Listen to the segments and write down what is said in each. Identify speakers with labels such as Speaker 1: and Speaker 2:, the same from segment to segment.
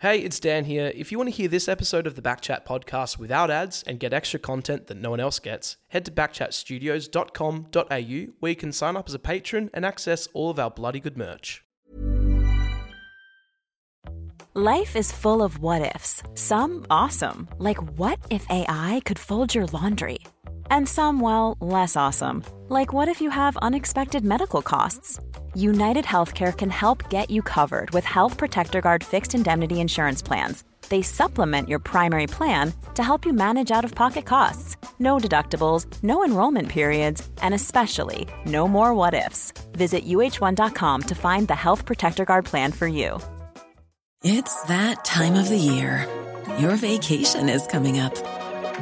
Speaker 1: Hey, it's Dan here. If you want to hear this episode of the Backchat podcast without ads and get extra content that no one else gets, head to backchatstudios.com.au where you can sign up as a patron and access all of our bloody good merch.
Speaker 2: Life is full of what ifs. Some awesome, like what if AI could fold your laundry? And some, well, less awesome, like what if you have unexpected medical costs? United Healthcare can help get you covered with Health Protector Guard fixed indemnity insurance plans. They supplement your primary plan to help you manage out of pocket costs. No deductibles, no enrollment periods, and especially no more what ifs. Visit uh1.com to find the Health Protector Guard plan for you.
Speaker 3: It's that time of the year. Your vacation is coming up.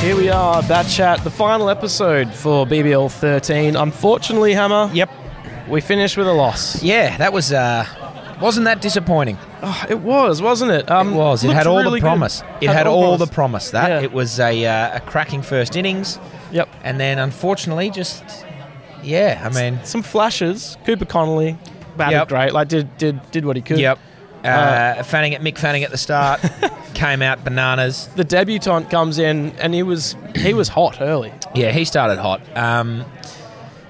Speaker 1: Here we are, Backchat, the final episode for BBL 13. Unfortunately, Hammer,
Speaker 4: Yep.
Speaker 1: we finished with a loss.
Speaker 4: Yeah, that was uh wasn't that disappointing?
Speaker 1: Oh, it was, wasn't it? Um,
Speaker 4: it was. It
Speaker 1: looked
Speaker 4: had all
Speaker 1: really
Speaker 4: the
Speaker 1: good.
Speaker 4: promise. It had, all, the promise.
Speaker 1: promise.
Speaker 4: That
Speaker 1: Yeah.
Speaker 4: it was a uh, a cracking first innings,
Speaker 1: Yep.
Speaker 4: and then unfortunately, just yeah. I mean,
Speaker 1: Some flashes. Cooper Connolly batted
Speaker 4: Yep.
Speaker 1: great. Like did did did what he could.
Speaker 4: yep. Uh, Fanning at Mick Fanning at the start came out bananas.
Speaker 1: The debutant comes in and he was he was hot early.
Speaker 4: Yeah, he started hot. Um,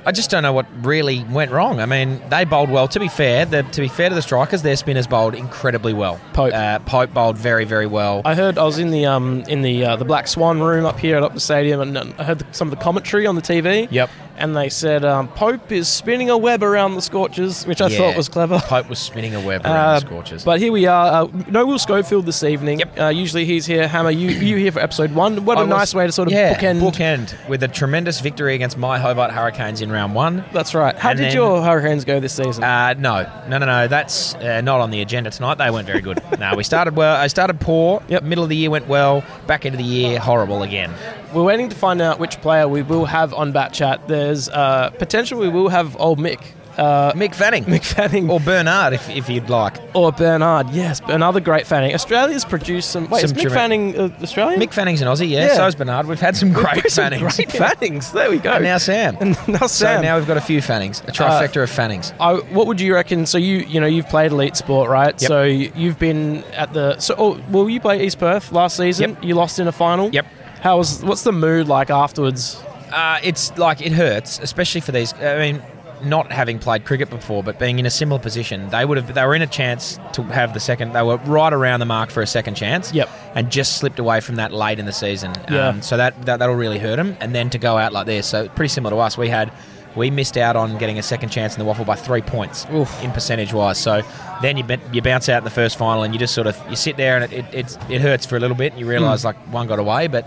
Speaker 4: I just don't know what really went wrong. I mean, they bowled well. To be fair, the, to be fair to the strikers, their spinners bowled incredibly well.
Speaker 1: Pope.
Speaker 4: uh, Pope bowled very, very well.
Speaker 1: I heard I was in the um in the uh, the Black Swan room up here at Optus Stadium, and um, I heard the, some of the commentary on the TV.
Speaker 4: Yep.
Speaker 1: And they said um, Pope is spinning a web around the scorches, which I
Speaker 4: Yeah.
Speaker 1: thought was clever.
Speaker 4: Pope was spinning a web around
Speaker 1: Uh,
Speaker 4: the scorches.
Speaker 1: But here we are. Uh, no Will Schofield this evening.
Speaker 4: Yep.
Speaker 1: Uh, usually he's here. Hammer, you you here for episode one. What a
Speaker 4: I was-
Speaker 1: nice way to sort of
Speaker 4: yeah,
Speaker 1: bookend.
Speaker 4: bookend with a tremendous victory against my Hobart Hurricanes in round one.
Speaker 1: That's right. How
Speaker 4: And
Speaker 1: did
Speaker 4: then-
Speaker 1: your Hurricanes go this season?
Speaker 4: Uh, no, no, no, no. That's uh, not on the agenda tonight. They weren't very good. no, we started well. I started poor.
Speaker 1: Yep.
Speaker 4: Middle of the year went well. Back into the year horrible again.
Speaker 1: We're waiting to find out which player we will have on Bat Chat. There's uh, potential we will have old Mick. Uh,
Speaker 4: Mick Fanning.
Speaker 1: Mick Fanning
Speaker 4: or Bernard, if, if you'd like.
Speaker 1: or Bernard, yes, another great Fanning. Australia's produced some. Wait, is
Speaker 4: Some
Speaker 1: Mick
Speaker 4: tremendous-
Speaker 1: Fanning uh, Australian?
Speaker 4: Mick Fanning's an Aussie, yeah.
Speaker 1: Yeah.
Speaker 4: So is Bernard. We've had some great
Speaker 1: Some
Speaker 4: Fannings.
Speaker 1: Great Fannings. There we go.
Speaker 4: And now Sam.
Speaker 1: now Sam. Uh,
Speaker 4: So now we've got a few Fannings, a trifecta of Fannings.
Speaker 1: I, what would you reckon? So you you know you've played elite sport, right?
Speaker 4: Yep.
Speaker 1: So you- you've been at the so oh, well you played East Perth last season.
Speaker 4: Yep.
Speaker 1: You lost in a final.
Speaker 4: Yep.
Speaker 1: How was what's the mood like afterwards?
Speaker 4: Uh, it's like it hurts, especially for these. I mean, not having played cricket before, but being in a similar position, they would have. They were in a chance to have the second. They were right around the mark for a second chance.
Speaker 1: Yep.
Speaker 4: And just slipped away from that late in the season. Um,
Speaker 1: Yeah.
Speaker 4: so that, that that'll really hurt them. And then to go out like this, so pretty similar to us. We had. We missed out on getting a second chance in the waffle by three points
Speaker 1: Oof.
Speaker 4: in percentage wise. So then you b- you bounce out in the first final and you just sort of you sit there and it it, it's it hurts for a little
Speaker 1: Hmm.
Speaker 4: bit and you realise like one got away, but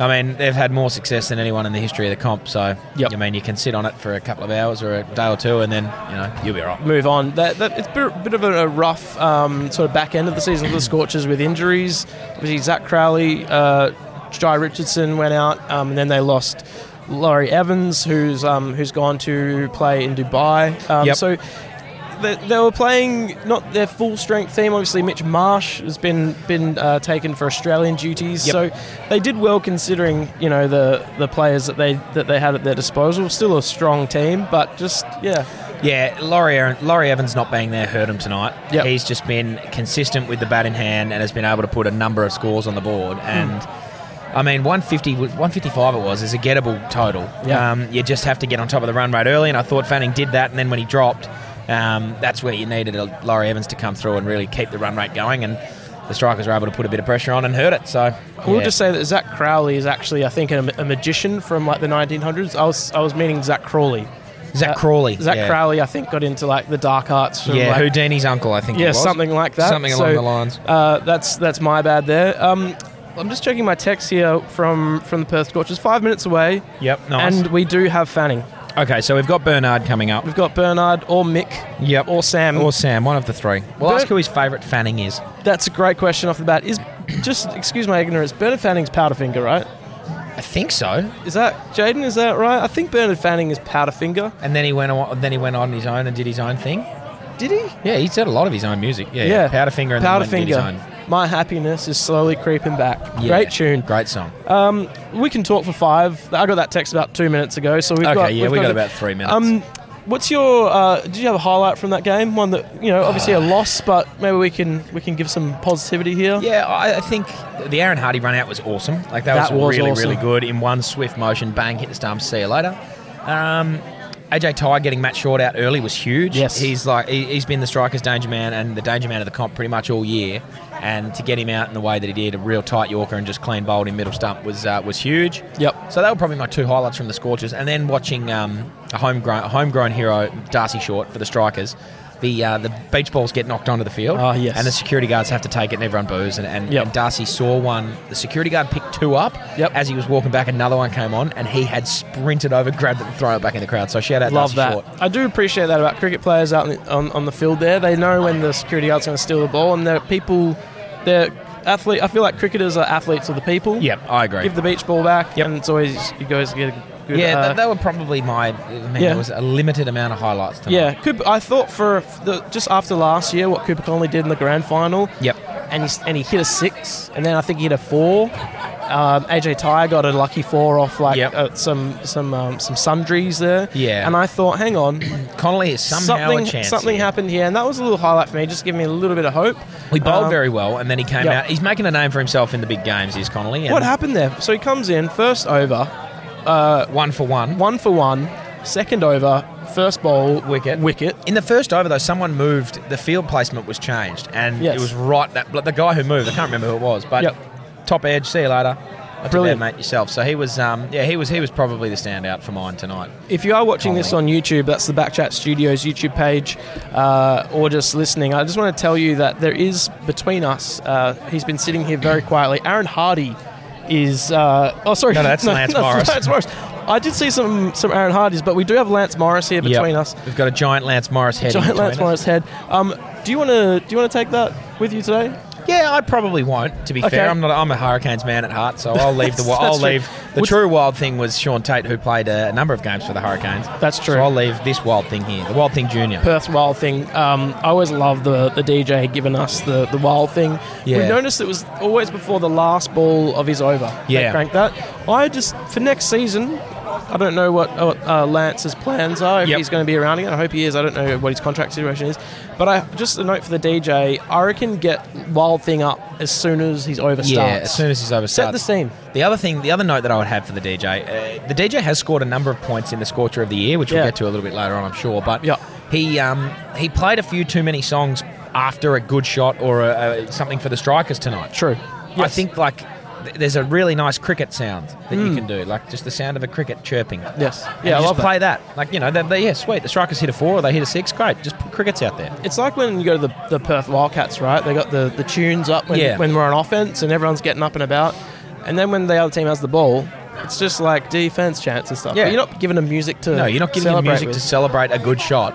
Speaker 4: I mean, they've had more success than anyone in the history of the comp. So,
Speaker 1: Yep.
Speaker 4: I mean, you can sit on it for a couple of hours or a day or two, and then you know you'll be all right.
Speaker 1: Move on. That, that, it's a bit, bit of a, a rough um, sort of back end of the season for the Scorchers with injuries. Obviously Zach Crowley, uh, Jai Richardson went out, um, and then they lost. Laurie Evans, who's um, who's gone to play in Dubai, um,
Speaker 4: Yep.
Speaker 1: so they, they were playing not their full strength team. Obviously, Mitch Marsh has been been uh, taken for Australian duties,
Speaker 4: Yep.
Speaker 1: so they did well considering you know the the players that they that they had at their disposal. Still a strong team, but just yeah,
Speaker 4: Yeah, Laurie, Aaron, Laurie Evans not being there hurt him tonight.
Speaker 1: Yep.
Speaker 4: He's just been consistent with the bat in hand and has been able to put a number of scores on the
Speaker 1: Hmm.
Speaker 4: board. And I mean, 150, 155 it was is a gettable total.
Speaker 1: Yeah.
Speaker 4: Um, you just have to get on top of the run rate early, and I thought Fanning did that. And then when he dropped, um, that's where you needed a Laurie Evans to come through and really keep the run rate going. And the strikers were able to put a bit of pressure on and hurt it. So
Speaker 1: We'll
Speaker 4: yeah.
Speaker 1: just say that Zach Crowley is actually, I think, a, a magician from like the 1900s. I was, I was meaning Zach Crawley.
Speaker 4: Zach
Speaker 1: Uh,
Speaker 4: Crawley,
Speaker 1: Zach
Speaker 4: yeah.
Speaker 1: Crowley, I think, got into like the dark arts. From,
Speaker 4: yeah,
Speaker 1: like-
Speaker 4: Houdini's uncle, I think. it
Speaker 1: yeah,
Speaker 4: was.
Speaker 1: something like that.
Speaker 4: Something along
Speaker 1: So,
Speaker 4: the lines.
Speaker 1: Uh, that's that's my bad there. Um, I'm just checking my text here from from the Perth Scorchers. Five minutes away,
Speaker 4: Yep, nice.
Speaker 1: and we do have Fanning.
Speaker 4: okay, so we've got Bernard coming up.
Speaker 1: We've got Bernard or Mick
Speaker 4: Yep.
Speaker 1: or Sam.
Speaker 4: Or Sam, one of the three. We'll
Speaker 1: Bern-
Speaker 4: ask who his favourite fanning is.
Speaker 1: That's a great question off the bat. Is just excuse my ignorance. Bernard Fanning's Powderfinger, right?
Speaker 4: I think so.
Speaker 1: Is that Jaden? Is that right? I think Bernard Fanning is Powderfinger.
Speaker 4: And then he went on. Then he went on his own and did his own thing.
Speaker 1: Did he?
Speaker 4: Yeah, he did a lot of his own music. Yeah, yeah. Powderfinger and then went and did his own.
Speaker 1: Powderfinger. My happiness is slowly creeping back.
Speaker 4: Yeah,
Speaker 1: Great tune.
Speaker 4: Great song.
Speaker 1: We can talk for five. I got that text about two minutes ago, so we've
Speaker 4: Okay,
Speaker 1: got.
Speaker 4: yeah,
Speaker 1: we've
Speaker 4: we got
Speaker 1: a-
Speaker 4: about three minutes.
Speaker 1: Um, what's your? Uh, did you have a highlight from that game? One that you know, obviously a loss, but maybe we can we can give some positivity here.
Speaker 4: yeah, I I think the Aaron Hardy run out was awesome. Like that,
Speaker 1: That was
Speaker 4: really,
Speaker 1: awesome.
Speaker 4: really good in one swift motion. Bang, hit the stump. See you later. Um, AJ Ty getting Matt Short out early was huge.
Speaker 1: Yes.
Speaker 4: he's like he, he's been the striker's danger man and the danger man of the comp pretty much all year. And to get him out in the way that he did, a real tight Yorker and just clean bowled in middle stump was uh, was huge.
Speaker 1: Yep.
Speaker 4: So that were probably my two highlights from the Scorchers, and then watching um, a homegrown homegrown hero Darcy Short for the Strikers. The uh, the beach balls get knocked onto the field,
Speaker 1: Ah, yes.
Speaker 4: and the security guards have to take it, and everyone boos. And, and,
Speaker 1: Yep.
Speaker 4: and Darcy saw one. The security guard picked two up.
Speaker 1: Yep.
Speaker 4: As he was walking back, another one came on, and he had sprinted over, grabbed it, and thrown it back in the crowd. So shout out
Speaker 1: Love
Speaker 4: Darcy
Speaker 1: that.
Speaker 4: Short.
Speaker 1: I do appreciate that about cricket players out on the, on, on the field. There, they know when the security guard's going to steal the ball, and they're people. They're athlete. I feel like cricketers are athletes of the people.
Speaker 4: Yep, I agree.
Speaker 1: Give the beach ball back,
Speaker 4: Yep.
Speaker 1: and it's always you guys get a good.
Speaker 4: yeah,
Speaker 1: uh,
Speaker 4: th- they were probably my. I mean,
Speaker 1: Yeah.
Speaker 4: there was a limited amount of highlights. Tonight.
Speaker 1: Yeah, Cooper, I thought for the, just after last year what Cooper Conley did in the grand final.
Speaker 4: Yep.
Speaker 1: And he, and he hit a six, and then I think he hit a four. Um, AJ Tyre got a lucky four off like
Speaker 4: Yep.
Speaker 1: uh, some some um, some sundries there.
Speaker 4: Yeah.
Speaker 1: And I thought, hang on,
Speaker 4: Connolly is somehow
Speaker 1: something
Speaker 4: a chance.
Speaker 1: something
Speaker 4: here.
Speaker 1: happened here, and that was a little highlight for me, just giving me a little bit of hope.
Speaker 4: We bowled
Speaker 1: Um,
Speaker 4: very well, and then he came
Speaker 1: yeah.
Speaker 4: out. He's making a name for himself in the big games. Is Connolly? and
Speaker 1: What happened there? So he comes in first over,
Speaker 4: One for one.
Speaker 1: one for one, second over, first ball
Speaker 4: Wicket.
Speaker 1: wicket.
Speaker 4: In the first over, though, someone moved. The field placement was changed, and
Speaker 1: Yes.
Speaker 4: it was right that like, the guy who moved. I can't remember who it was, but
Speaker 1: Yep.
Speaker 4: top edge. See you later. Not
Speaker 1: Brilliant.
Speaker 4: Brilliant, mate. Yourself. So he was. Um, yeah, he was. He was probably the standout for mine tonight.
Speaker 1: If you are watching this on YouTube, that's the Backchat Studios YouTube page, uh, or just listening, I just want to tell you that there is between us, uh, he's been sitting here very quietly. Aaron Hardy is. Uh, oh, sorry.
Speaker 4: No, no, that's Lance Morris.
Speaker 1: Lance Morris. I did see some, some Aaron Hardys, but we do have Lance Morris here between
Speaker 4: Yep.
Speaker 1: us.
Speaker 4: we've got a giant Lance Morris head. in
Speaker 1: Giant Lance
Speaker 4: between us.
Speaker 1: Morris head. Um, do you want to do you want to take that with you today?
Speaker 4: Yeah, I probably won't. To be
Speaker 1: Okay.
Speaker 4: fair, I'm not. I'm a Hurricanes man at heart, so I'll leave the.
Speaker 1: That's-
Speaker 4: wi- I'll
Speaker 1: that's true.
Speaker 4: leave the
Speaker 1: What's-
Speaker 4: true wild thing was Sean Tate, who played a, a number of games for the Hurricanes.
Speaker 1: That's true.
Speaker 4: So I'll leave this wild thing here, the wild thing junior.
Speaker 1: Perth Wild thing. Um, I always love the, the DJ giving us the, the Wild thing. We
Speaker 4: Yeah.
Speaker 1: noticed it was always before the last ball of his over. They
Speaker 4: Yeah.
Speaker 1: cranked that. I just, for next season, I don't know what uh, uh, Lance's plans are, if
Speaker 4: Yep.
Speaker 1: he's going to be around again. I hope he is. I don't know what his contract situation is. But I just a note for the DJ I reckon get Wild thing up as soon as his over
Speaker 4: yeah,
Speaker 1: starts.
Speaker 4: as soon as he's over.
Speaker 1: Set the
Speaker 4: starts.
Speaker 1: scene.
Speaker 4: The other thing, the other note that I would have for the DJ, uh, the DJ has scored a number of points in the Scorcher of the Year, which
Speaker 1: Yeah.
Speaker 4: we'll get to a little bit later on, I'm sure. But
Speaker 1: Yeah.
Speaker 4: he um, he played a few too many songs after a good shot or a, a, something for the strikers tonight.
Speaker 1: True.
Speaker 4: I
Speaker 1: Yes. Hmm.
Speaker 4: think like th- there's a really nice cricket sound that you can do, like just the sound of a cricket chirping.
Speaker 1: Yes.
Speaker 4: And
Speaker 1: Yeah,
Speaker 4: you
Speaker 1: I
Speaker 4: just
Speaker 1: love that.
Speaker 4: play that. Like you know, they, they, yeah, sweet. The strikers hit a four or they hit a six. Great, just put crickets out there.
Speaker 1: It's like when you go to the, the Perth Wildcats, right? They got the, the tunes up when,
Speaker 4: Yeah.
Speaker 1: when we're on offense and everyone's getting up and about. And then when the other team has the ball, it's just like defense chants and stuff.
Speaker 4: Yeah.
Speaker 1: But you're not giving them music to
Speaker 4: No, you're not giving them
Speaker 1: celebrate
Speaker 4: music
Speaker 1: with.
Speaker 4: to celebrate a good shot.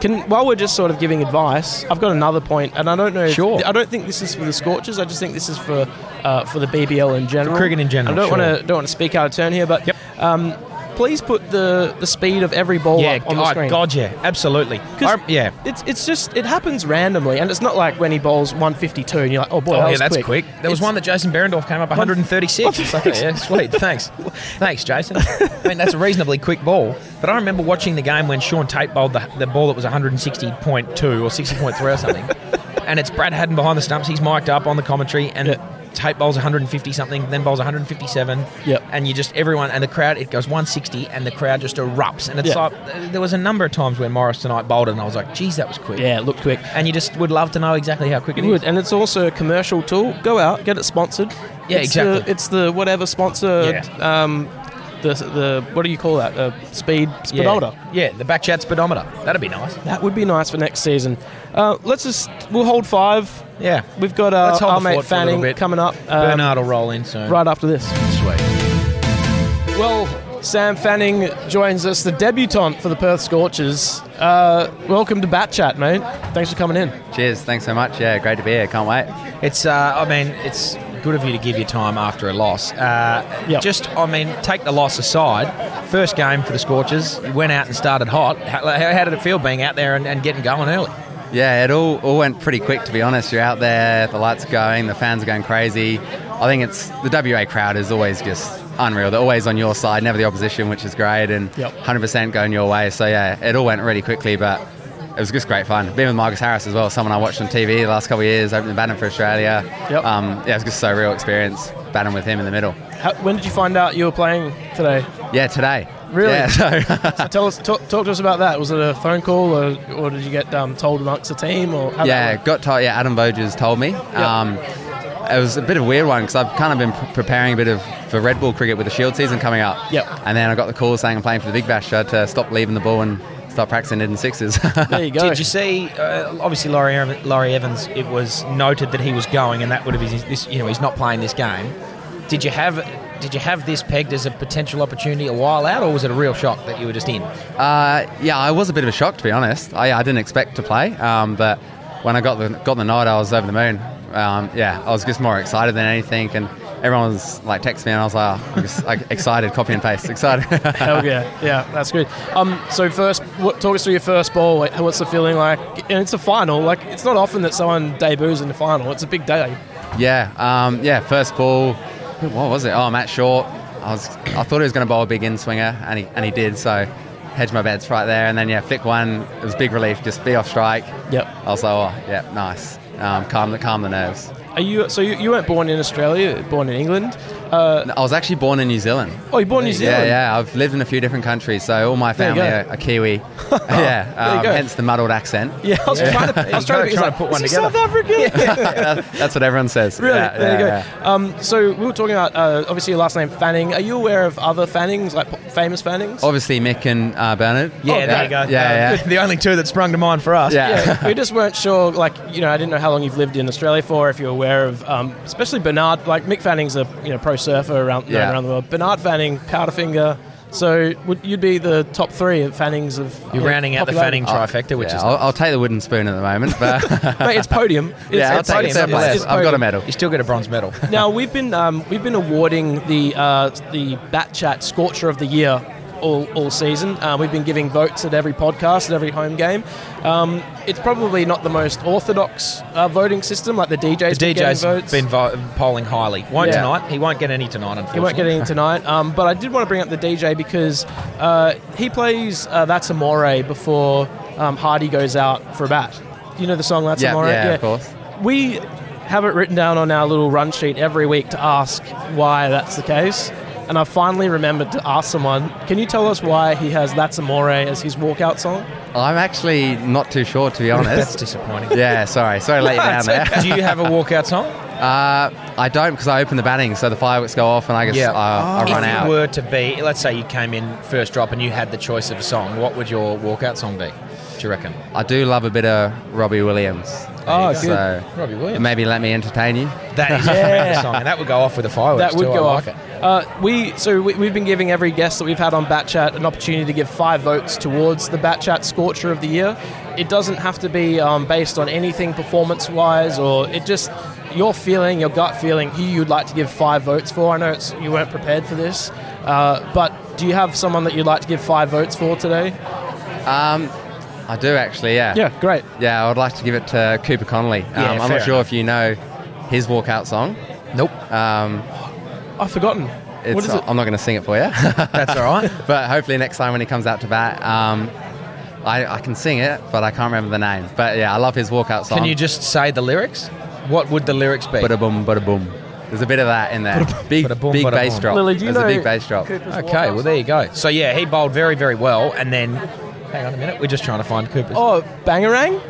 Speaker 1: Can, while we're just sort of giving advice, I've got another point, and I don't know. if-
Speaker 4: Sure.
Speaker 1: I don't think this is for the Scorchers. I just think this is for uh, for the BBL in general.
Speaker 4: cricket in general,
Speaker 1: I don't
Speaker 4: sure.
Speaker 1: want to don't want to speak out of turn here, but
Speaker 4: Yep.
Speaker 1: um, please put the the speed of every ball
Speaker 4: yeah,
Speaker 1: up on the
Speaker 4: oh,
Speaker 1: screen.
Speaker 4: God, yeah, absolutely.
Speaker 1: 'Cause
Speaker 4: I- yeah,
Speaker 1: it's it's just it happens randomly, and it's not like when he bowls 152 and you're like, oh boy,
Speaker 4: Oh,
Speaker 1: that
Speaker 4: yeah,
Speaker 1: was
Speaker 4: that's quick. There was
Speaker 1: It's-
Speaker 4: one that Jason Berendorf came up 136. It's like, yeah, sweet. Thanks. Thanks, Jason. I mean, that's a reasonably quick ball. But I remember watching the game when Sean Tate bowled the, the ball that was 160.2 or 60.3 or something. and it's Brad Haddon behind the stumps. He's mic'd up on the commentary and.
Speaker 1: Yeah.
Speaker 4: Tate bowls 150 something, then bowls 157.
Speaker 1: Yep.
Speaker 4: And you just, everyone, and the crowd, it goes 160, and the crowd just erupts. And it's
Speaker 1: Yeah.
Speaker 4: like, there was a number of times where Morris tonight bowled it, and I was like, geez, that was quick.
Speaker 1: Yeah, it looked quick.
Speaker 4: And you just would love to know exactly how quick it
Speaker 1: It
Speaker 4: is.
Speaker 1: would, and it's also a commercial tool. Go out, get it sponsored.
Speaker 4: Yeah,
Speaker 1: it's
Speaker 4: exactly.
Speaker 1: The, it's the whatever sponsor.
Speaker 4: Yeah.
Speaker 1: Um, the the, the what do you call that? Uh, speed speedometer.
Speaker 4: Yeah, yeah the back chat speedometer. That'd be nice.
Speaker 1: That would be nice for next season. Uh, let's just we'll hold five.
Speaker 4: Yeah.
Speaker 1: We've got uh,
Speaker 4: Let's hold
Speaker 1: our
Speaker 4: the
Speaker 1: mate
Speaker 4: fort for a little
Speaker 1: Fanning
Speaker 4: bit.
Speaker 1: coming up um,
Speaker 4: Bernard will roll in soon.
Speaker 1: right after this.
Speaker 4: Sweet.
Speaker 1: Well, Sam Fanning joins us, the debutante for the Perth Scorchers. Uh, welcome to Bat Chat, mate. Thanks for coming in.
Speaker 5: Cheers, thanks so much. Yeah, great to be here. Can't wait.
Speaker 4: It's, uh, I mean, it's good of you to give your time after a loss. Uh,
Speaker 1: Yep.
Speaker 4: Just, I mean, take the loss aside. First game for the Scorchers. You went out and started hot. How, how how did it feel being out there and, and getting going early?
Speaker 5: Yeah, it all, all went pretty quick, to be honest. You're out there, the lights are going, the fans are going crazy. I think it's the WA crowd is always just unreal. They're always on your side, never the opposition, which is great, and
Speaker 1: Yep.
Speaker 5: 100% going your way. So, yeah, it all went really quickly, but it was just great fun. Being with Marcus Harris as well, someone I watched on TV the last couple of years, opening the banner for Australia.
Speaker 1: Yep.
Speaker 5: Um, yeah, it was just so real experience, batting with him in the middle.
Speaker 1: How, when did you find out you were playing today?
Speaker 5: Yeah, today.
Speaker 1: Really?
Speaker 5: Yeah, so
Speaker 1: So tell us, talk, talk to us about that. Was it a phone call, or, or did you get um, told amongst the team, or how
Speaker 5: yeah,
Speaker 1: Oh, That work?
Speaker 5: got told. Yeah, Adam Voges told me. Um, it was a bit of a weird one because I've kind of been pr- preparing a bit of for Red Bull cricket with the Shield season coming up.
Speaker 1: Yep.
Speaker 5: And then I got the call saying I'm playing for the Big Bash, so I had to stop leaving the ball and start practicing hitting sixes.
Speaker 1: there you go.
Speaker 4: Did you see? Uh, obviously, Laurie, Ev- Laurie Evans. It was noted that he was going, and that would have been his- this. You know, he's not playing this game. Did you have? Did you have this pegged as a potential opportunity a while out, or was it a real shock that you were just in?
Speaker 5: Uh, yeah, I was a bit of a shock to be honest. I, I didn't expect to play, um, but when I got the got the nod, I was over the moon. Um, yeah, I was just more excited than anything, and everyone was like texting me, and I was like, oh, I'm just, like excited, copy and paste, excited.
Speaker 1: Hell yeah, yeah, that's good. Um, so first, what, talk us through your first ball. Like, What's the feeling like? And it's a final. Like it's not often that someone debuts in the final. It's a big day.
Speaker 5: Yeah, um, yeah. First ball, what was it? Oh, Matt Short. I was, I thought he was going to bowl a big in swinger, and he and he did. So, hedge my bets right there, and then yeah, flick one. It was big relief. Just be off strike.
Speaker 1: Yep.
Speaker 5: I was like, oh, yeah, nice. Um, calm the calm the nerves.
Speaker 1: Are you? So you, you weren't born in Australia. Born in England. Uh,
Speaker 5: No, I was actually born in New Zealand.
Speaker 1: oh, you're born in New Zealand.
Speaker 5: Yeah, yeah. I've lived in a few different countries, so all my
Speaker 1: There you
Speaker 5: family
Speaker 1: go.
Speaker 5: are, are Kiwi.
Speaker 1: There you
Speaker 5: yeah, um,
Speaker 1: go.
Speaker 5: hence the muddled accent.
Speaker 1: Yeah, I was trying to. I was
Speaker 4: You gotta
Speaker 1: trying to,
Speaker 4: try
Speaker 1: like,
Speaker 4: to put one
Speaker 1: "Is he
Speaker 4: together."
Speaker 1: South African.
Speaker 5: That's what everyone says.
Speaker 1: Really?
Speaker 5: Yeah,
Speaker 1: there
Speaker 5: yeah,
Speaker 1: you go.
Speaker 5: yeah.
Speaker 1: Um, so we were talking about uh, obviously your last name Fanning. Are you aware of other Fannings, like po- famous Fannings?
Speaker 5: Obviously, Mick and uh, Bernard.
Speaker 4: Yeah, there you go. Uh,
Speaker 5: Yeah, yeah.
Speaker 4: The only two that sprung to mind for us.
Speaker 5: Yeah.
Speaker 1: Uh, yeah, we just weren't sure. Like, you know, I didn't know how long you've lived in Australia for. If you're aware of, um, especially Bernard, like Mick Fanning's a you know pro surfer around known
Speaker 5: Yeah.
Speaker 1: around the world. Bernard Fanning, Powderfinger. So would, you'd be the top three of Fannings of.
Speaker 4: You're
Speaker 1: yeah,
Speaker 4: rounding out the
Speaker 1: popularity.
Speaker 4: Fanning trifecta, which
Speaker 5: oh, Yeah,
Speaker 4: is
Speaker 5: I'll, I'll take the wooden spoon at the moment, but
Speaker 1: Mate, it's podium. It's,
Speaker 5: Yeah, I'll
Speaker 1: it's
Speaker 5: take
Speaker 1: podium.
Speaker 5: it third
Speaker 1: It's-
Speaker 5: place.
Speaker 1: it's
Speaker 5: I've got a
Speaker 1: podium.
Speaker 5: medal.
Speaker 4: you still get a bronze medal.
Speaker 1: Now we've been um, we've been awarding the uh, the Bat Chat Scorcher of the Year all, all season. Uh, we've been giving votes at every podcast, at every home game. Um, it's probably not the most orthodox uh, voting system, like the DJs.
Speaker 4: The
Speaker 1: been getting
Speaker 4: DJ's
Speaker 1: votes.
Speaker 4: been vo- polling highly. Won't
Speaker 1: Yeah.
Speaker 4: tonight. He won't get any tonight. Unfortunately,
Speaker 1: He won't get any tonight, um, but I did want to bring up the DJ because uh, he plays uh, That's Amore before um, Hardy goes out for a bat. You know the song That's
Speaker 5: Yeah,
Speaker 1: Amore?
Speaker 5: yeah, of course.
Speaker 1: We have it written down on our little run sheet every week to ask why that's the case. And I finally remembered to ask someone, can you tell us why he has That's Amore as his walkout song?
Speaker 5: I'm actually not too sure, to be
Speaker 4: That's
Speaker 5: honest.
Speaker 4: disappointing.
Speaker 5: yeah, sorry, sorry, to let you down there.
Speaker 4: Do you have a walkout song?
Speaker 5: Uh, I don't because I open the batting, so the fireworks go off, and I guess I, I
Speaker 4: Oh, if
Speaker 5: run
Speaker 4: you
Speaker 5: out.
Speaker 4: were to be, let's say you came in first drop and you had the choice of a song, what would your walkout song be? Do you reckon?
Speaker 5: I do love a bit of Robbie Williams.
Speaker 4: Oh,
Speaker 5: so
Speaker 4: good. Robbie Williams.
Speaker 5: Maybe let me entertain you.
Speaker 4: That is a tremendous song, and that would go off with the fireworks.
Speaker 1: That would
Speaker 4: too. I
Speaker 1: go
Speaker 4: like
Speaker 1: off.
Speaker 4: it.
Speaker 1: Uh, we so we, we've been giving every guest that we've had on Bat Chat an opportunity to give five votes towards the Bat Chat Scorcher of the Year. It doesn't have to be um, based on anything performance-wise, or it just your feeling, your gut feeling, who you'd like to give five votes for. I know it's, you weren't prepared for this, uh, but do you have someone that you'd like to give five votes for today?
Speaker 5: Um, I do actually. Yeah.
Speaker 1: Yeah, great.
Speaker 5: Yeah, I would like to give it to Cooper Connolly. Um,
Speaker 4: Yeah,
Speaker 5: I'm
Speaker 4: fair
Speaker 5: not sure if you know his walkout song.
Speaker 4: Nope.
Speaker 5: Um,
Speaker 1: I've forgotten.
Speaker 5: it's,
Speaker 1: what is it?
Speaker 5: I'm not going to sing it for you.
Speaker 4: That's all right.
Speaker 5: But hopefully next time when he comes out to bat, um, I, I can sing it, but I can't remember the name. But yeah, I love his walkout song.
Speaker 4: Can you just say the lyrics? What would the lyrics be?
Speaker 5: Bada boom, bada boom. There's a bit of that in there. Big,
Speaker 4: Bada boom,
Speaker 5: big
Speaker 4: bada
Speaker 5: bass
Speaker 4: boom.
Speaker 5: drop.
Speaker 1: Lily, do you
Speaker 5: There's
Speaker 1: know
Speaker 5: a big bass drop.
Speaker 1: Cooper's
Speaker 4: okay, well, there you go. So, yeah, he bowled very, very well, and then. Hang on a minute, we're just trying to find Cooper's.
Speaker 1: Oh, Bangarang?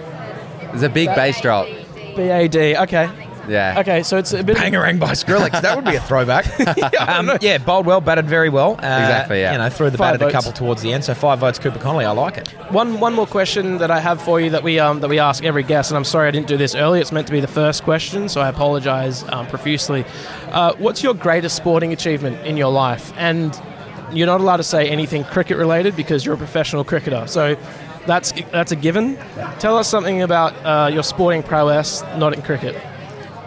Speaker 5: There's a big bass drop.
Speaker 1: B A D. Okay.
Speaker 5: Yeah.
Speaker 1: Okay, so it's a bit. of-
Speaker 4: Bangarang by Skrillex. That would be a throwback. um, yeah, bowled well, batted very well. Uh,
Speaker 5: Exactly, yeah.
Speaker 4: You know, threw the
Speaker 1: Five
Speaker 4: batted a
Speaker 1: votes.
Speaker 4: couple towards the end. So five votes, Cooper Connolly. I like it.
Speaker 1: One one more question that I have for you that we um, that we ask every guest, and I'm sorry I didn't do this earlier. It's meant to be the first question, so I apologise um, profusely. Uh, what's your greatest sporting achievement in your life? And you're not allowed to say anything cricket related because you're a professional cricketer. So that's that's a given. Tell us something about uh, your sporting prowess, not in cricket.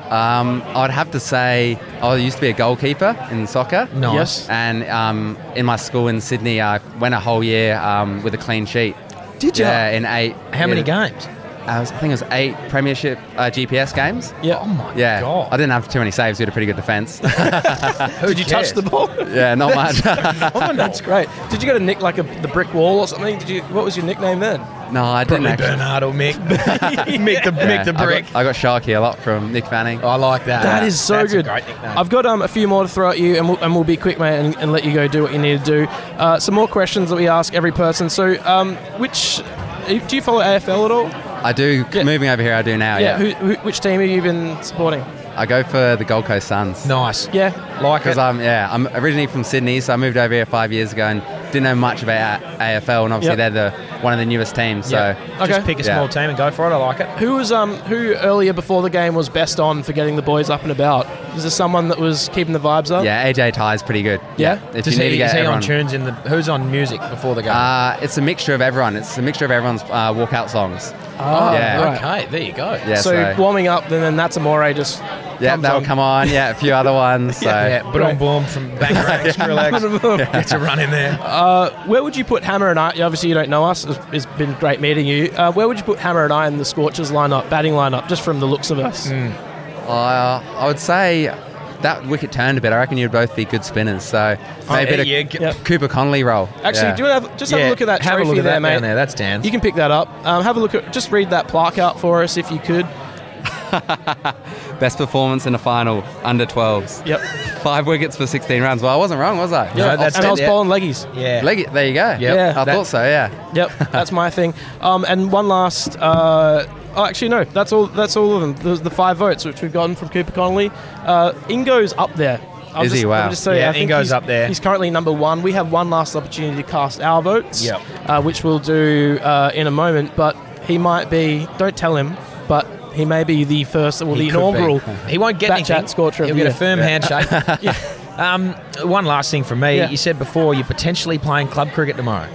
Speaker 5: Um, I'd have to say oh, I used to be a goalkeeper in soccer.
Speaker 4: Nice.
Speaker 1: Yes.
Speaker 5: And um, in my school in Sydney, I went a whole year um, with a clean sheet.
Speaker 4: Did ya?
Speaker 5: Yeah, in eight.
Speaker 4: How many
Speaker 5: yeah,
Speaker 4: games?
Speaker 5: I, was, I think it was eight Premiership uh, GPS games.
Speaker 1: Yeah.
Speaker 4: Oh my
Speaker 5: Yeah,
Speaker 4: god!
Speaker 5: I didn't have too many saves. We had a pretty good defense.
Speaker 4: Who did you
Speaker 1: Touch the ball.
Speaker 5: yeah, not much.
Speaker 1: oh, that's great. Did you go to nick like a, the brick wall or something? Did you? What was your nickname then?
Speaker 5: no, I didn't
Speaker 4: Probably
Speaker 5: actually.
Speaker 4: Bernard or Mick. Mick the Mick
Speaker 5: Yeah,
Speaker 4: the Oh.
Speaker 5: I got-
Speaker 4: brick.
Speaker 5: I got, Sharky a lot from Nick Fanning.
Speaker 4: I like that.
Speaker 1: That is
Speaker 4: Uh,
Speaker 1: so
Speaker 4: That's
Speaker 1: good.
Speaker 4: A great nickname.
Speaker 1: I've got um, a few more to throw at you, and we'll, and we'll be quick, mate, and, and let you go do what you need to do. Uh, some more questions that we ask every person. So, um, which uh, do you follow AFL at all?
Speaker 5: I do.
Speaker 1: Yeah.
Speaker 5: Moving over here, I do now. Yeah.
Speaker 1: Who, who, which team have you been supporting?
Speaker 5: I go for the Gold Coast Suns.
Speaker 4: nice.
Speaker 1: Yeah.
Speaker 4: Like it.
Speaker 5: Because I'm yeah, I'm originally from Sydney, so I moved over here five years ago and didn't know much about A- AFL, and obviously
Speaker 1: Yep.
Speaker 5: they're the one of the newest teams. So
Speaker 4: yeah.
Speaker 1: Okay.
Speaker 4: Just pick a
Speaker 5: Yeah.
Speaker 4: small team and go for it. I like it.
Speaker 1: Who was um who earlier before the game was best on for getting the boys up and about? Is there someone that was keeping the vibes up?
Speaker 5: yeah, AJ Ty's pretty good.
Speaker 1: Yeah?
Speaker 5: if
Speaker 4: Does
Speaker 5: you
Speaker 4: he,
Speaker 5: need to get
Speaker 4: is he on
Speaker 5: everyone.
Speaker 4: tunes in the? Who's on music before the game?
Speaker 5: uh, it's a mixture of everyone. It's a mixture of everyone's uh, walkout songs.
Speaker 1: Oh,
Speaker 5: yeah.
Speaker 1: right.
Speaker 4: Okay, there you go.
Speaker 5: Yeah,
Speaker 1: so,
Speaker 5: so,
Speaker 1: warming up, then then that's Amore just
Speaker 5: yeah,
Speaker 1: comes
Speaker 5: that
Speaker 1: on.
Speaker 5: will come on. Yeah, a few other ones. So
Speaker 4: Yeah, boom, boom from Bangarang, Skrillex. Gets a run in there.
Speaker 1: Where would you put Hammer and I? Obviously, you don't know us. It's- It's been great meeting you. Uh, where would you put Hammer and I in the Scorchers lineup, batting lineup, just from the looks of us?
Speaker 4: Hmm.
Speaker 5: Uh, I would say that wicket turned a bit. I reckon you'd both be good spinners. So maybe
Speaker 4: there
Speaker 5: a
Speaker 4: you go.
Speaker 1: Yep.
Speaker 5: Cooper Connolly role.
Speaker 1: Actually,
Speaker 5: Yeah.
Speaker 1: do you wanna have, just have a look at that
Speaker 4: Have
Speaker 1: trophy
Speaker 4: a look at
Speaker 1: there,
Speaker 4: that
Speaker 1: mate.
Speaker 4: down there. That's Dan's.
Speaker 1: You can pick that up. Um, have a look at. Just read that plaque out for us if you could.
Speaker 5: best performance in a final under 12s.
Speaker 1: Yep.
Speaker 5: Five wickets for 16 runs. Well, I wasn't wrong, was I?
Speaker 1: Yeah,
Speaker 4: No, that's
Speaker 1: and I was
Speaker 4: it, yeah.
Speaker 1: bowling leggies.
Speaker 4: yeah.
Speaker 5: Leg it. There you go.
Speaker 4: Yeah.
Speaker 5: I
Speaker 4: That-
Speaker 5: thought so. Yeah.
Speaker 1: Yep, that's my thing. Um, and one last. Uh, oh, actually, no. That's all. That's all of them. There's the five votes which we've gotten from Cooper Connolly. Uh, Ingo's up there. I'll
Speaker 5: Is
Speaker 1: just,
Speaker 5: he? Wow.
Speaker 1: I'll just say,
Speaker 4: Yeah,
Speaker 1: I think
Speaker 4: Ingo's
Speaker 1: he's-
Speaker 4: up there.
Speaker 1: He's currently number one. We have one last opportunity to cast our votes,
Speaker 4: Yep.
Speaker 1: uh, which we'll do uh, in a moment. But he might be. Don't tell him, but he may be the first. Well,
Speaker 4: He
Speaker 1: the
Speaker 4: could be.
Speaker 1: inaugural.
Speaker 4: He won't get
Speaker 1: Back
Speaker 4: anything.
Speaker 1: chat, scorcher of
Speaker 4: He'll
Speaker 1: the
Speaker 4: get a
Speaker 1: year.
Speaker 4: firm handshake.
Speaker 1: Yeah.
Speaker 4: Um, one last thing from me.
Speaker 1: Yeah.
Speaker 4: You said before you're potentially playing club cricket tomorrow.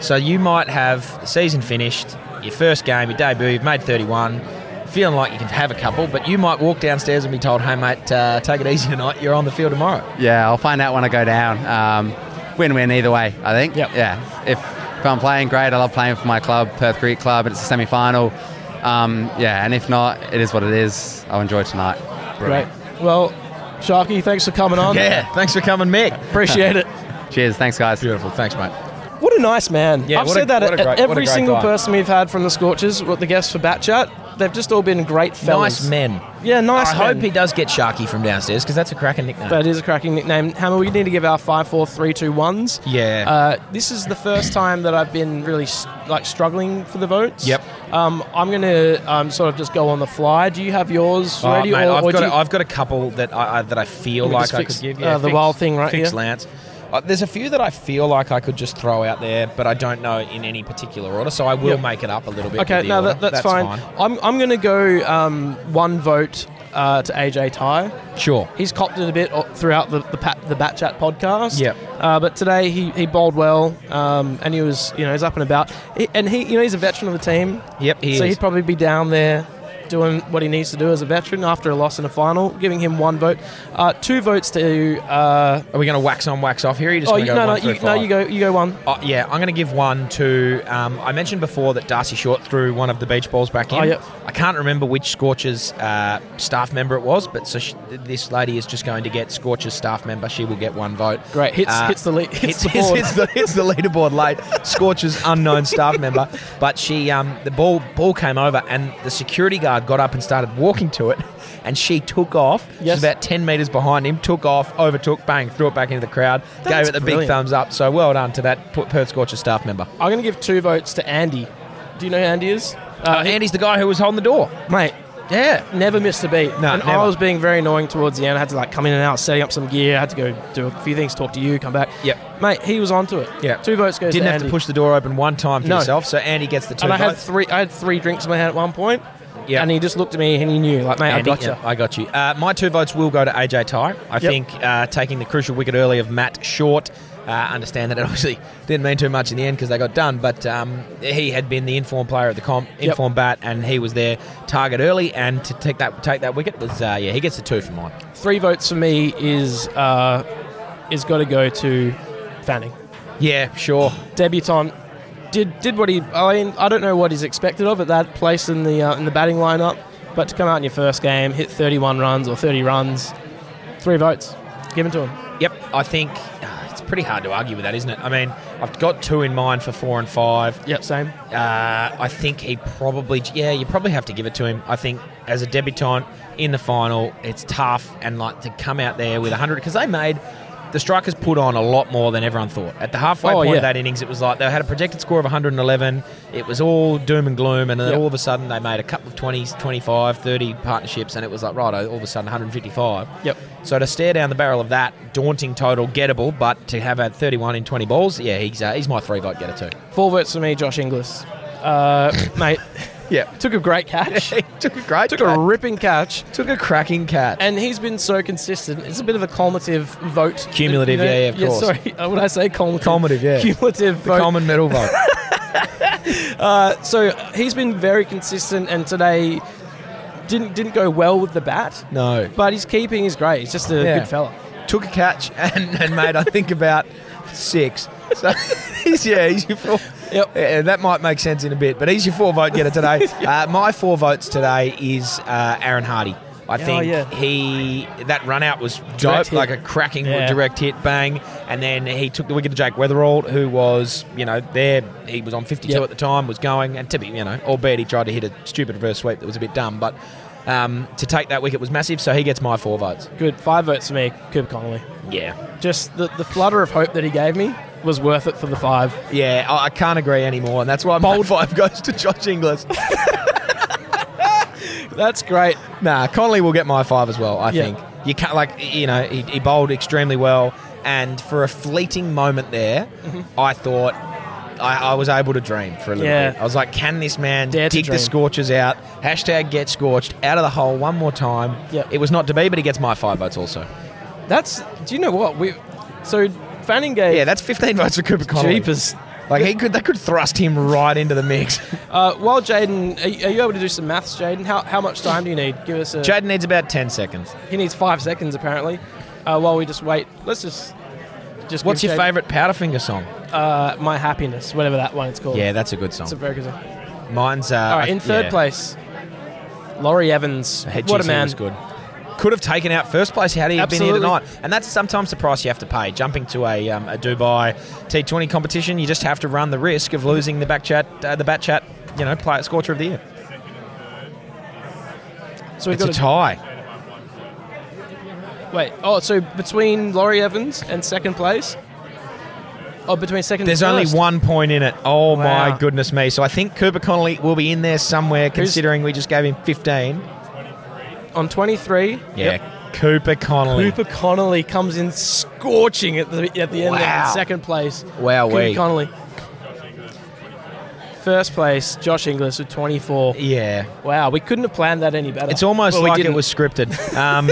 Speaker 4: So you might have the season finished, your first game, your debut, you've made 31, feeling like you can have a couple, but you might walk downstairs and be told, hey, mate, uh, take it easy tonight, you're on the field tomorrow.
Speaker 5: Yeah. I'll find out when I go down. Um, win win either way, I think.
Speaker 1: Yep.
Speaker 5: Yeah. If, if I'm playing, great. I love playing for my club, Perth Cricket Club. It's a semi final. Um, yeah. And if not, it is what it is. I'll enjoy tonight.
Speaker 1: Great. Well, Sharky, thanks for coming on.
Speaker 4: Yeah, thanks for coming, Mick.
Speaker 1: Appreciate it.
Speaker 5: Cheers. Thanks, guys.
Speaker 4: Beautiful, thanks, mate.
Speaker 1: What a nice man.
Speaker 4: Yeah,
Speaker 1: I've
Speaker 4: what a-
Speaker 1: said that
Speaker 4: what a
Speaker 1: at- at
Speaker 4: great- what a
Speaker 1: every
Speaker 4: great
Speaker 1: single
Speaker 4: guy.
Speaker 1: person we've had from the Scorchers, what the guests for Bat Chat, they've just all been great fellas.
Speaker 4: Nice men.
Speaker 1: Yeah, nice
Speaker 4: I
Speaker 1: men.
Speaker 4: hope he does get Sharky from downstairs because that's a cracking nickname.
Speaker 1: That is a cracking nickname. Hammer, we need to give our five, four, three, two, ones.
Speaker 4: Yeah.
Speaker 1: Uh, this is the first time that I've been really s- like struggling for the votes.
Speaker 4: Yep.
Speaker 1: Um, I'm gonna um, sort of just go on the fly. Do you have yours
Speaker 4: Oh,
Speaker 1: ready?
Speaker 4: mate,
Speaker 1: or,
Speaker 4: I've,
Speaker 1: or
Speaker 4: got
Speaker 1: do
Speaker 4: a,
Speaker 1: you-
Speaker 4: I've got a couple that I, I, that I feel
Speaker 1: Can we
Speaker 4: like
Speaker 1: just
Speaker 4: I
Speaker 1: fix,
Speaker 4: could give you.
Speaker 1: uh, the wild thing right
Speaker 4: fix
Speaker 1: here?
Speaker 4: Lance. Uh, there's a few that I feel like I could just throw out there, but I don't know in any particular order, so I will
Speaker 1: Yep.
Speaker 4: make it up a little bit.
Speaker 1: okay,
Speaker 4: with the
Speaker 1: no,
Speaker 4: order.
Speaker 1: that, that's, fine. I'm I'm gonna go um, one vote uh, to AJ Ty.
Speaker 4: Sure.
Speaker 1: He's copped it a bit o- throughout the the, pat, the Bat Chat podcast.
Speaker 4: Yep.
Speaker 1: Uh, but today he, he bowled well, um, and he was you know he's up and about, He- and he you know he's a veteran of the team,
Speaker 4: Yep, he
Speaker 1: so
Speaker 4: is.
Speaker 1: he'd probably be down there doing what he needs to do as a veteran after a loss in a final, giving him one vote, uh, two votes to. Uh,
Speaker 4: Are we going to wax on, wax off here? or Are you just
Speaker 1: oh,
Speaker 4: going
Speaker 1: you,
Speaker 4: to go
Speaker 1: no, no,
Speaker 4: one through
Speaker 1: you, no,
Speaker 4: five?
Speaker 1: you go, you go one.
Speaker 4: Uh, yeah, I'm going to give one to. Um, I mentioned before that Darcy Short threw one of the beach balls back in.
Speaker 1: Oh, yep.
Speaker 4: I can't remember which Scorch's uh, staff member it was, but so sh- this lady is just going to get Scorch's staff member. She will get one vote. Uh,
Speaker 1: Great. Hits- hits the lea- hits the board.
Speaker 4: hits the, hits the leaderboard late. Scorch's unknown staff member, but she um, the ball ball came over and the security guard got up and started walking to it, and she took off. She
Speaker 1: Yes.
Speaker 4: was about ten meters behind him. Took off, overtook, bang, threw it back into the crowd.
Speaker 1: That's
Speaker 4: gave it the big
Speaker 1: brilliant.
Speaker 4: thumbs up. So well done to that P- Perth Scorcher staff member.
Speaker 1: I'm going to give two votes to Andy. Do you know who Andy is?
Speaker 4: Uh, Andy's the guy who was holding the door.
Speaker 1: Mate,
Speaker 4: Yeah.
Speaker 1: Never missed a beat.
Speaker 4: No,
Speaker 1: and
Speaker 4: never.
Speaker 1: I was being very annoying towards the end. I had to like come in and out, setting up some gear. I had to go do a few things, talk to you, come back.
Speaker 4: Yep.
Speaker 1: Mate, he was onto it.
Speaker 4: Yeah.
Speaker 1: Two votes goes
Speaker 4: Didn't
Speaker 1: to
Speaker 4: have
Speaker 1: Andy.
Speaker 4: to push the door open one time for
Speaker 1: No.
Speaker 4: yourself, so Andy gets the two
Speaker 1: And I had
Speaker 4: votes.
Speaker 1: three. I had three drinks in my hand at one point.
Speaker 4: Yeah.
Speaker 1: And he just looked at me and he knew, like, mate,
Speaker 4: Andy,
Speaker 1: I gotcha.
Speaker 4: yeah, I got you. Uh, my two votes will go to AJ Ty. I think uh, taking the crucial wicket early of Matt Short. Uh, I understand that it obviously didn't mean too much in the end because they got done, but um, he had been the informed player of the comp, informed bat, and he was their target early. And to take that take that wicket was uh, yeah, he gets the two for mine.
Speaker 1: Three votes for me is uh, is got to go to Fanning.
Speaker 4: Yeah, sure.
Speaker 1: Debutant did did what he. I mean, I don't know what he's expected of at that place in the uh, in the batting lineup, but to come out in your first game, hit 31 runs or 30 runs, three votes, given to him.
Speaker 4: Yep, I think uh, it's pretty hard to argue with that, isn't it? I mean, I've got two in mind for four and five.
Speaker 1: Yep, same.
Speaker 4: Uh, I think he probably, yeah, you probably have to give it to him. I think as a debutant in the final, it's tough and like to come out there with 100 because they made the strikers put on a lot more than everyone thought. At the halfway
Speaker 1: Oh,
Speaker 4: point
Speaker 1: yeah.
Speaker 4: of that innings, it was like they had a projected score of 111. It was all doom and gloom, and then
Speaker 1: Yep.
Speaker 4: all of a sudden they made a couple of 20s, 25, 30 partnerships, and it was like right, all of a sudden 155.
Speaker 1: Yep.
Speaker 4: So to stare down the barrel of that daunting total, gettable, but to have had 31 in 20 balls, yeah, he's uh, he's my three vote getter too.
Speaker 1: Four votes for me, Josh Inglis. Uh, mate,
Speaker 4: Yeah.
Speaker 1: took a great catch.
Speaker 4: took a great
Speaker 1: took a ripping catch.
Speaker 4: took a cracking cat.
Speaker 1: And he's been so consistent. It's a bit of a cumulative vote.
Speaker 4: Cumulative, yeah, yeah, of course.
Speaker 1: Sorry, uh, would I say cumulative?
Speaker 4: Cumulative, yeah.
Speaker 1: Cumulative
Speaker 4: the
Speaker 1: vote.
Speaker 4: common medal vote.
Speaker 1: Uh, so he's been very consistent, and today didn't didn't go well with the bat.
Speaker 4: No.
Speaker 1: But his keeping is great. He's just a
Speaker 4: Yeah.
Speaker 1: good fella.
Speaker 4: took a catch and, and made I think about six. So he's yeah, he's your four.
Speaker 1: Yep.
Speaker 4: Yeah, that might make sense in a bit, but he's your four vote getter today. uh, my four votes today is uh, Aaron Hardy. I think
Speaker 1: Oh, yeah.
Speaker 4: he that run out was dope,
Speaker 1: Direct hit.
Speaker 4: like a cracking
Speaker 1: Yeah.
Speaker 4: direct hit, bang, and then he took the wicket to Jake Weatherall, who was you know there. He was on fifty two
Speaker 1: Yep.
Speaker 4: at the time, was going, and to be you know, albeit he tried to hit a stupid reverse sweep that was a bit dumb, but um, to take that wicket was massive. So he gets my four votes.
Speaker 1: Good. Five votes for me, Cooper Connolly.
Speaker 4: Yeah,
Speaker 1: Just the, the flutter of hope that he gave me was worth it for the five.
Speaker 4: Yeah, I, I can't agree anymore, and that's why bold five goes to Josh Inglis.
Speaker 1: That's great.
Speaker 4: nah, Connolly will get my five as well. I
Speaker 1: Yeah.
Speaker 4: think you can't like you know he, he bowled extremely well, and for a fleeting moment there, I thought. I, I was able to dream for a little
Speaker 1: Mm-hmm. Yeah.
Speaker 4: bit. I was like, "Can this man
Speaker 1: Dare to
Speaker 4: dig the
Speaker 1: dream.
Speaker 4: scorches out? Hashtag get scorched out of the hole one more time."
Speaker 1: Yep.
Speaker 4: It was not to be, but he gets my five votes also.
Speaker 1: That's. Do you know what we? So Fanning gave.
Speaker 4: Yeah, that's fifteen votes for Cooper Connolly.
Speaker 1: Jeepers.
Speaker 4: Like he could, they could thrust him right into the mix.
Speaker 1: Uh, while Jaden, are, you- are you able to do some maths, Jaden? How, how much time do you need? Give us a.
Speaker 4: Jaden needs about ten seconds.
Speaker 1: he needs five seconds apparently. Uh, while we just wait, let's just. Just
Speaker 4: What's
Speaker 1: give
Speaker 4: your
Speaker 1: Jaden-
Speaker 4: favourite Powderfinger song?
Speaker 1: Uh, My happiness, whatever that one it's called.
Speaker 4: Yeah, that's a good song.
Speaker 1: it's a very good song.
Speaker 4: Mine's uh,
Speaker 1: All right, in
Speaker 4: I-
Speaker 1: third
Speaker 4: yeah.
Speaker 1: place, Laurie Evans.
Speaker 4: Hey,
Speaker 1: what a
Speaker 4: GC
Speaker 1: man!
Speaker 4: Was good. Could have taken out first place had he been here
Speaker 1: Absolutely.
Speaker 4: tonight, and that's sometimes the price you have to pay. Jumping to a, um, a Dubai T20 competition, you just have to run the risk of losing the back chat, uh, the bat chat, you know, player scorcher of the year.
Speaker 1: So we've
Speaker 4: It's a
Speaker 1: got
Speaker 4: tie.
Speaker 1: a, wait. Oh, so between Laurie Evans and second place. Oh, between second.
Speaker 4: There's
Speaker 1: and
Speaker 4: only
Speaker 1: first.
Speaker 4: one point in it. Oh
Speaker 1: Wow.
Speaker 4: my goodness me! So I think Cooper Connolly will be in there somewhere, considering we just gave him 15.
Speaker 1: on 23.
Speaker 4: Yeah,
Speaker 1: Yep.
Speaker 4: Cooper Connolly.
Speaker 1: Cooper Connolly comes in scorching at the at the end there
Speaker 4: Wow.
Speaker 1: in second place.
Speaker 4: Wow,
Speaker 1: Cooper
Speaker 4: we.
Speaker 1: Connolly. First place, Josh Inglis with 24.
Speaker 4: Yeah,
Speaker 1: Wow, we couldn't have planned that any better.
Speaker 4: It's almost
Speaker 1: Well, we
Speaker 4: like it
Speaker 1: didn't.
Speaker 4: was scripted. Um,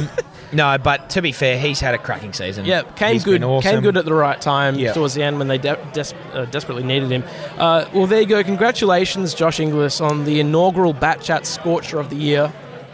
Speaker 4: no, but to be fair, he's had a cracking season.
Speaker 1: Yeah, came
Speaker 4: He's
Speaker 1: good.
Speaker 4: been awesome.
Speaker 1: Came good at the right time
Speaker 4: Yeah.
Speaker 1: towards the end when they de- des- uh, desperately needed him. Uh, well, there you go. Congratulations, Josh Inglis, on the inaugural Bat Chat Scorcher of the Year.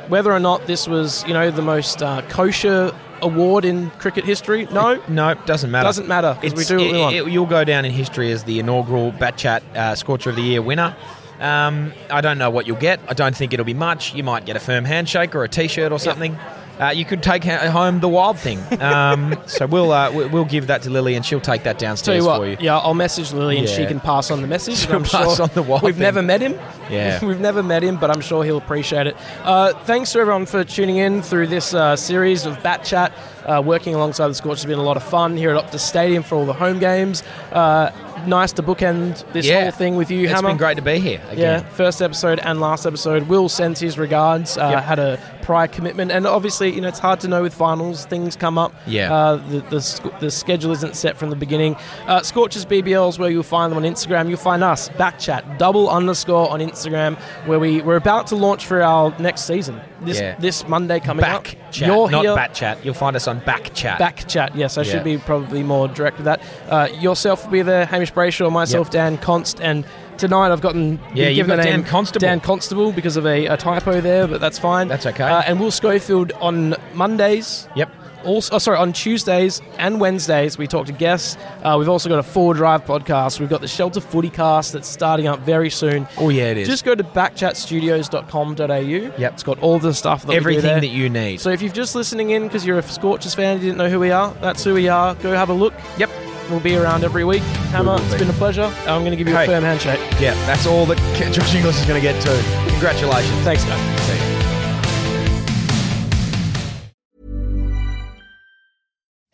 Speaker 1: Whether or not this was, you know, the most uh, kosher award in cricket history, no,
Speaker 4: no, doesn't matter.
Speaker 1: doesn't matter because we
Speaker 4: It's-
Speaker 1: do what we
Speaker 4: it-
Speaker 1: want.
Speaker 4: it- you'll go down in history as the inaugural Bat Chat uh, Scorcher of the Year winner. Um, I don't know what you'll get. I don't think it'll be much. You might get a firm handshake or a T-shirt or something. Uh, you could take ha- home the wild thing. Um, so we'll uh, we- we'll give that to Lily and she'll take that
Speaker 1: Tell
Speaker 4: downstairs
Speaker 1: you
Speaker 4: for
Speaker 1: what,
Speaker 4: you.
Speaker 1: yeah, I'll message Lily and she
Speaker 4: Yeah.
Speaker 1: can pass on the message. and
Speaker 4: She'll
Speaker 1: I'm
Speaker 4: pass
Speaker 1: sure
Speaker 4: on the wild
Speaker 1: We've
Speaker 4: thing.
Speaker 1: never met him.
Speaker 4: Yeah.
Speaker 1: we've never met him, but I'm sure he'll appreciate it. Uh, thanks to everyone for tuning in through this uh, series of Bat Chat. Uh, working alongside the Scorch has been a lot of fun here at Optus Stadium for all the home games. Uh, nice to bookend this
Speaker 4: Yeah.
Speaker 1: whole thing with you,
Speaker 4: It's
Speaker 1: Hammer.
Speaker 4: been great to be here
Speaker 1: Yeah,
Speaker 4: again.
Speaker 1: first episode and last episode. Will sends his regards. Uh,
Speaker 4: Yep.
Speaker 1: Had a prior commitment, and obviously, you know, it's hard to know with finals. Things come up.
Speaker 4: Yeah.
Speaker 1: Uh, the, the sc- the schedule isn't set from the beginning. Uh, Scorchers BBL is where you'll find them on Instagram. You'll find us backchat double underscore on Instagram, where we we're about to launch for our next season. This
Speaker 4: Yeah.
Speaker 1: this Monday coming up.
Speaker 4: Back chat,
Speaker 1: You're
Speaker 4: not
Speaker 1: here.
Speaker 4: bat chat. You'll find us on back chat.
Speaker 1: Back chat, yes, I
Speaker 4: Yeah.
Speaker 1: should be probably more direct with that. Uh, yourself will be there, Hamish Brayshaw, myself,
Speaker 4: Yep.
Speaker 1: Dan Const, and tonight I've gotten
Speaker 4: Yeah,
Speaker 1: been
Speaker 4: you've
Speaker 1: given
Speaker 4: got
Speaker 1: the
Speaker 4: Dan
Speaker 1: name
Speaker 4: Constable.
Speaker 1: Dan Constable because of a, a typo there, but that's fine.
Speaker 4: That's okay.
Speaker 1: Uh, and Will Schofield on Mondays.
Speaker 4: Yep.
Speaker 1: Also, oh, sorry, on Tuesdays and Wednesdays, we talk to guests. Uh, we've also got a Four Drive podcast. We've got the Shelter Footy Cast that's starting up very soon.
Speaker 4: Oh yeah, it is.
Speaker 1: Just go to backchatstudios.com.au. Yep. It's got all the stuff that we do
Speaker 4: everything
Speaker 1: there.
Speaker 4: that you need.
Speaker 1: So if you're just listening in because you're a Scorchers fan and you didn't know who we are, that's who we are. Go have a look.
Speaker 4: yep.
Speaker 1: We'll be around every week. Hammer,
Speaker 4: will
Speaker 1: it's
Speaker 4: be.
Speaker 1: been a pleasure. I'm going to give you
Speaker 4: Hey.
Speaker 1: a firm handshake.
Speaker 4: Yeah. That's all that Josh Inglis is going to get to. Congratulations.
Speaker 1: Thanks, guys.
Speaker 4: See you.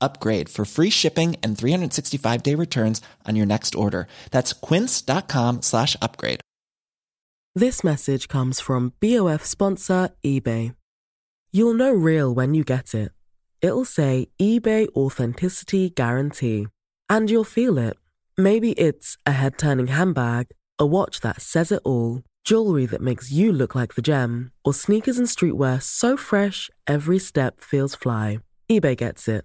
Speaker 6: upgrade for free shipping and 365 day returns on your next order. That's quince.com slash upgrade.
Speaker 7: This message comes from BOF sponsor eBay. You'll know real when you get it. It'll say eBay Authenticity Guarantee. And you'll feel it. Maybe it's a head turning handbag, a watch that says it all, jewelry that makes you look like the gem, or sneakers and streetwear so fresh every step feels fly. eBay gets it.